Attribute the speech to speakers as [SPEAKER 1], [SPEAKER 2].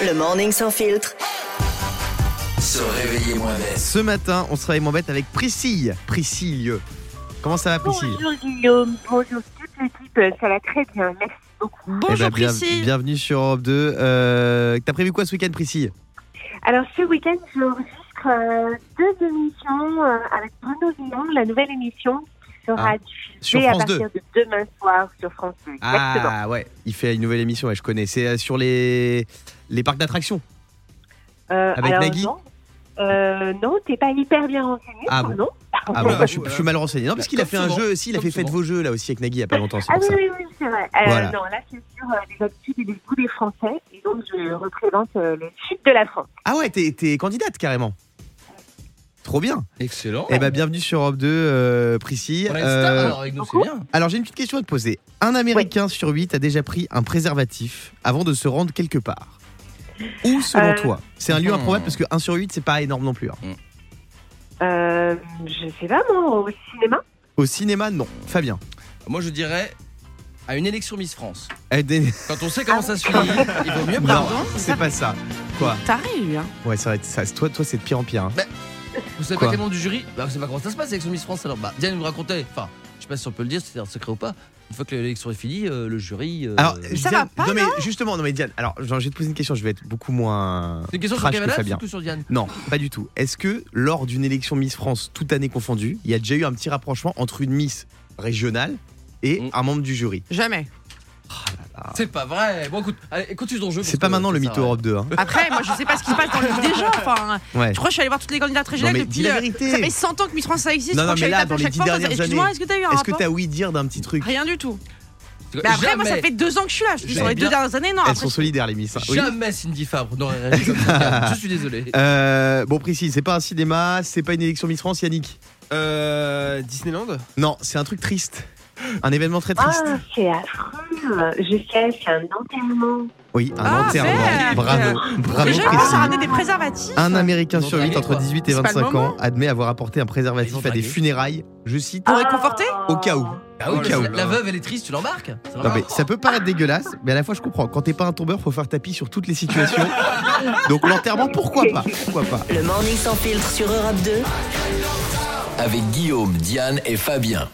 [SPEAKER 1] Le morning sans filtre.
[SPEAKER 2] Se réveiller moins bête.
[SPEAKER 3] Ce matin, on sera en bête avec Priscille. Priscille. Comment ça va, Priscille
[SPEAKER 4] Bonjour Guillaume, bonjour toute l'équipe, euh, ça va très bien, merci beaucoup.
[SPEAKER 3] Eh
[SPEAKER 5] Bonjour
[SPEAKER 3] ben, bien-
[SPEAKER 5] Priscille.
[SPEAKER 3] Bienvenue sur Europe 2. Euh, T'as prévu quoi ce week-end, Priscille
[SPEAKER 4] Alors ce week-end, j'enregistre euh, deux émissions euh, avec Bruno Villon, la nouvelle émission qui sera
[SPEAKER 3] Ah, Sur
[SPEAKER 4] diffusée à
[SPEAKER 3] France 2.
[SPEAKER 4] partir de demain soir sur France 2. Exactement.
[SPEAKER 3] Ah ouais, il fait une nouvelle émission, ouais, je connais. C'est euh, sur les, les parcs d'attractions.
[SPEAKER 4] Euh,
[SPEAKER 3] avec
[SPEAKER 4] alors,
[SPEAKER 3] Nagui
[SPEAKER 4] Non, euh, non, t'es pas hyper bien renseigné,
[SPEAKER 3] Ah
[SPEAKER 4] non
[SPEAKER 3] bon. Ah bah, je, suis- je suis mal renseigné. Non, parce qu'il a
[SPEAKER 2] Bah, Comme
[SPEAKER 3] fait un
[SPEAKER 2] souvent.
[SPEAKER 3] jeu, si, il a
[SPEAKER 2] Comme
[SPEAKER 3] fait Faites
[SPEAKER 2] souvent.
[SPEAKER 3] vos jeux là aussi avec Nagui il n'y a pas longtemps, c'est
[SPEAKER 4] Ah
[SPEAKER 3] pour
[SPEAKER 4] oui,
[SPEAKER 3] ça.
[SPEAKER 4] oui, oui, c'est vrai. Euh,
[SPEAKER 3] Voilà.
[SPEAKER 4] Non, là c'est sur euh, les habitudes et les goûts des Français, et donc je représente euh, le sud de la France.
[SPEAKER 3] Ah ouais, t'es t'es candidate carrément. Trop bien.
[SPEAKER 2] Excellent.
[SPEAKER 3] Eh ben bienvenue sur Europe 2, euh, Priscille.
[SPEAKER 2] On a une
[SPEAKER 3] Euh,
[SPEAKER 2] star alors avec nous, c'est bien.
[SPEAKER 3] alors j'ai une petite question à te poser. Un Américain sur huit a déjà pris un préservatif avant de se rendre quelque part. Où selon
[SPEAKER 4] Euh,
[SPEAKER 3] toi C'est un lieu
[SPEAKER 2] hmm.
[SPEAKER 3] improbable parce que 1 sur 8 c'est pas énorme non plus. hein.
[SPEAKER 4] Euh, je sais pas, moi, au cinéma
[SPEAKER 3] Au cinéma, non. Fabien.
[SPEAKER 2] Moi, je dirais à une élection Miss France.
[SPEAKER 3] Eh, des-
[SPEAKER 2] Quand on sait comment
[SPEAKER 5] Ah
[SPEAKER 2] ça se finit, il vaut mieux
[SPEAKER 3] Non,
[SPEAKER 2] prendre.
[SPEAKER 3] c'est pas ça. Quoi
[SPEAKER 5] Taré, lui. Hein.
[SPEAKER 3] Ouais, ça va être ça. Toi, toi c'est de pire en pire. hein.
[SPEAKER 2] Vous savez
[SPEAKER 3] Quoi
[SPEAKER 2] pas quel membre du jury Bah, vous savez pas comment ça se passe, l'élection Miss France alors Bah, Diane nous racontait. Enfin, je sais pas si on peut le dire, c'est un secret ou pas. Une fois que l'élection est finie, euh, le jury. euh,
[SPEAKER 3] Alors,
[SPEAKER 2] c'est
[SPEAKER 5] Ça
[SPEAKER 3] Diane-
[SPEAKER 5] va pas,
[SPEAKER 3] non, mais justement, non, mais Diane, alors, genre, je vais te poser une question, je vais être beaucoup moins.
[SPEAKER 2] une question sur
[SPEAKER 3] Crash que
[SPEAKER 2] Kevin
[SPEAKER 3] Fabien.
[SPEAKER 2] ou sur Diane
[SPEAKER 3] Non, pas du tout. Est-ce que lors d'une élection Miss France, toute année confondue, il y a déjà eu un petit rapprochement entre une Miss régionale et
[SPEAKER 2] Mm.
[SPEAKER 3] un membre du jury
[SPEAKER 5] Jamais.
[SPEAKER 2] C'est pas vrai. Bon, écoute, allez, continue ton jeu.
[SPEAKER 3] Ah. C'est
[SPEAKER 2] parce
[SPEAKER 3] pas
[SPEAKER 2] que
[SPEAKER 3] maintenant le
[SPEAKER 2] ça
[SPEAKER 3] mytho
[SPEAKER 2] sert à rien.
[SPEAKER 3] Europe 2. Hein.
[SPEAKER 5] Après, moi, je sais pas ce qui se passe dans le livre des gens. Enfin,
[SPEAKER 3] Ouais.
[SPEAKER 5] Ah, je crois que je suis allée voir toutes les candidates
[SPEAKER 3] Non,
[SPEAKER 5] régionales
[SPEAKER 3] mais dis
[SPEAKER 5] depuis.
[SPEAKER 3] la
[SPEAKER 5] euh,
[SPEAKER 3] vérité.
[SPEAKER 5] ça fait 100 ans que Miss France ça existe.
[SPEAKER 3] Non,
[SPEAKER 5] je
[SPEAKER 3] non,
[SPEAKER 5] crois que je
[SPEAKER 3] mais
[SPEAKER 5] suis allée
[SPEAKER 3] là, dans
[SPEAKER 5] taper à
[SPEAKER 3] les
[SPEAKER 5] chaque
[SPEAKER 3] dix
[SPEAKER 5] fois, on
[SPEAKER 3] dernières
[SPEAKER 5] me dit, Excuse-moi,
[SPEAKER 3] années,
[SPEAKER 5] est-ce que t'as eu un
[SPEAKER 3] Est-ce que
[SPEAKER 5] rapport
[SPEAKER 3] t'as oui dire d'un petit truc
[SPEAKER 5] hein. Rien du tout. Mais
[SPEAKER 2] Jamais,
[SPEAKER 5] Bah, après, moi, ça fait deux ans que je suis là. Je suis sur
[SPEAKER 2] J'avais
[SPEAKER 5] les deux
[SPEAKER 2] bien-
[SPEAKER 5] dernières années. Non,
[SPEAKER 3] Elles
[SPEAKER 5] après,
[SPEAKER 3] sont solidaires, les Miss. hein. Oui.
[SPEAKER 2] Jamais Cindy Fabre n'aurait réagi comme ça. Je suis désolé.
[SPEAKER 3] Euh, bon, précis, c'est pas un cinéma, c'est pas une élection Miss France, Yannick.
[SPEAKER 6] Euh, Disneyland
[SPEAKER 3] Non, c'est un truc triste. Un événement très
[SPEAKER 4] Ah,
[SPEAKER 3] triste.
[SPEAKER 4] c'est affreux. Je sais, c'est un enterrement.
[SPEAKER 3] Oui, un
[SPEAKER 5] Ah,
[SPEAKER 3] enterrement.
[SPEAKER 5] merde.
[SPEAKER 3] Bravo. Bravo,
[SPEAKER 5] les gens
[SPEAKER 3] Priscille.
[SPEAKER 5] ils commencent à ramener des préservatifs.
[SPEAKER 3] Un Américain
[SPEAKER 2] Ils
[SPEAKER 3] sur
[SPEAKER 2] ont
[SPEAKER 3] 8
[SPEAKER 2] dragué,
[SPEAKER 3] entre
[SPEAKER 2] quoi.
[SPEAKER 3] 18 et
[SPEAKER 5] C'est pas le
[SPEAKER 3] 25 ans
[SPEAKER 5] moment.
[SPEAKER 3] admet avoir apporté un
[SPEAKER 2] Ils ont
[SPEAKER 3] préservatif à des
[SPEAKER 2] dragué.
[SPEAKER 3] funérailles, je cite,
[SPEAKER 5] Pour réconforter
[SPEAKER 3] au cas où.
[SPEAKER 2] Ah
[SPEAKER 3] Au
[SPEAKER 2] oui,
[SPEAKER 3] cas où.
[SPEAKER 2] la, la veuve, elle est triste, tu l'embarques Ça va
[SPEAKER 3] Non, mais ça peut paraître dégueulasse, mais à la fois je comprends. Quand t'es pas un tombeur, faut faire tapis sur toutes les situations. Donc l'enterrement, pourquoi pas Pourquoi pas
[SPEAKER 1] Le morning sans filtre sur Europe 2.
[SPEAKER 7] avec Guillaume, Diane et Fabien.